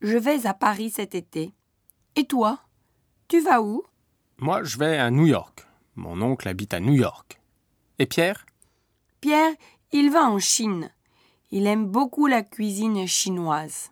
Je vais à Paris cet été. Et toi Tu vas où Moi, je vais à New York. Mon oncle habite à New York. Et Pierre Pierre, il va en Chine. Il aime beaucoup la cuisine chinoise.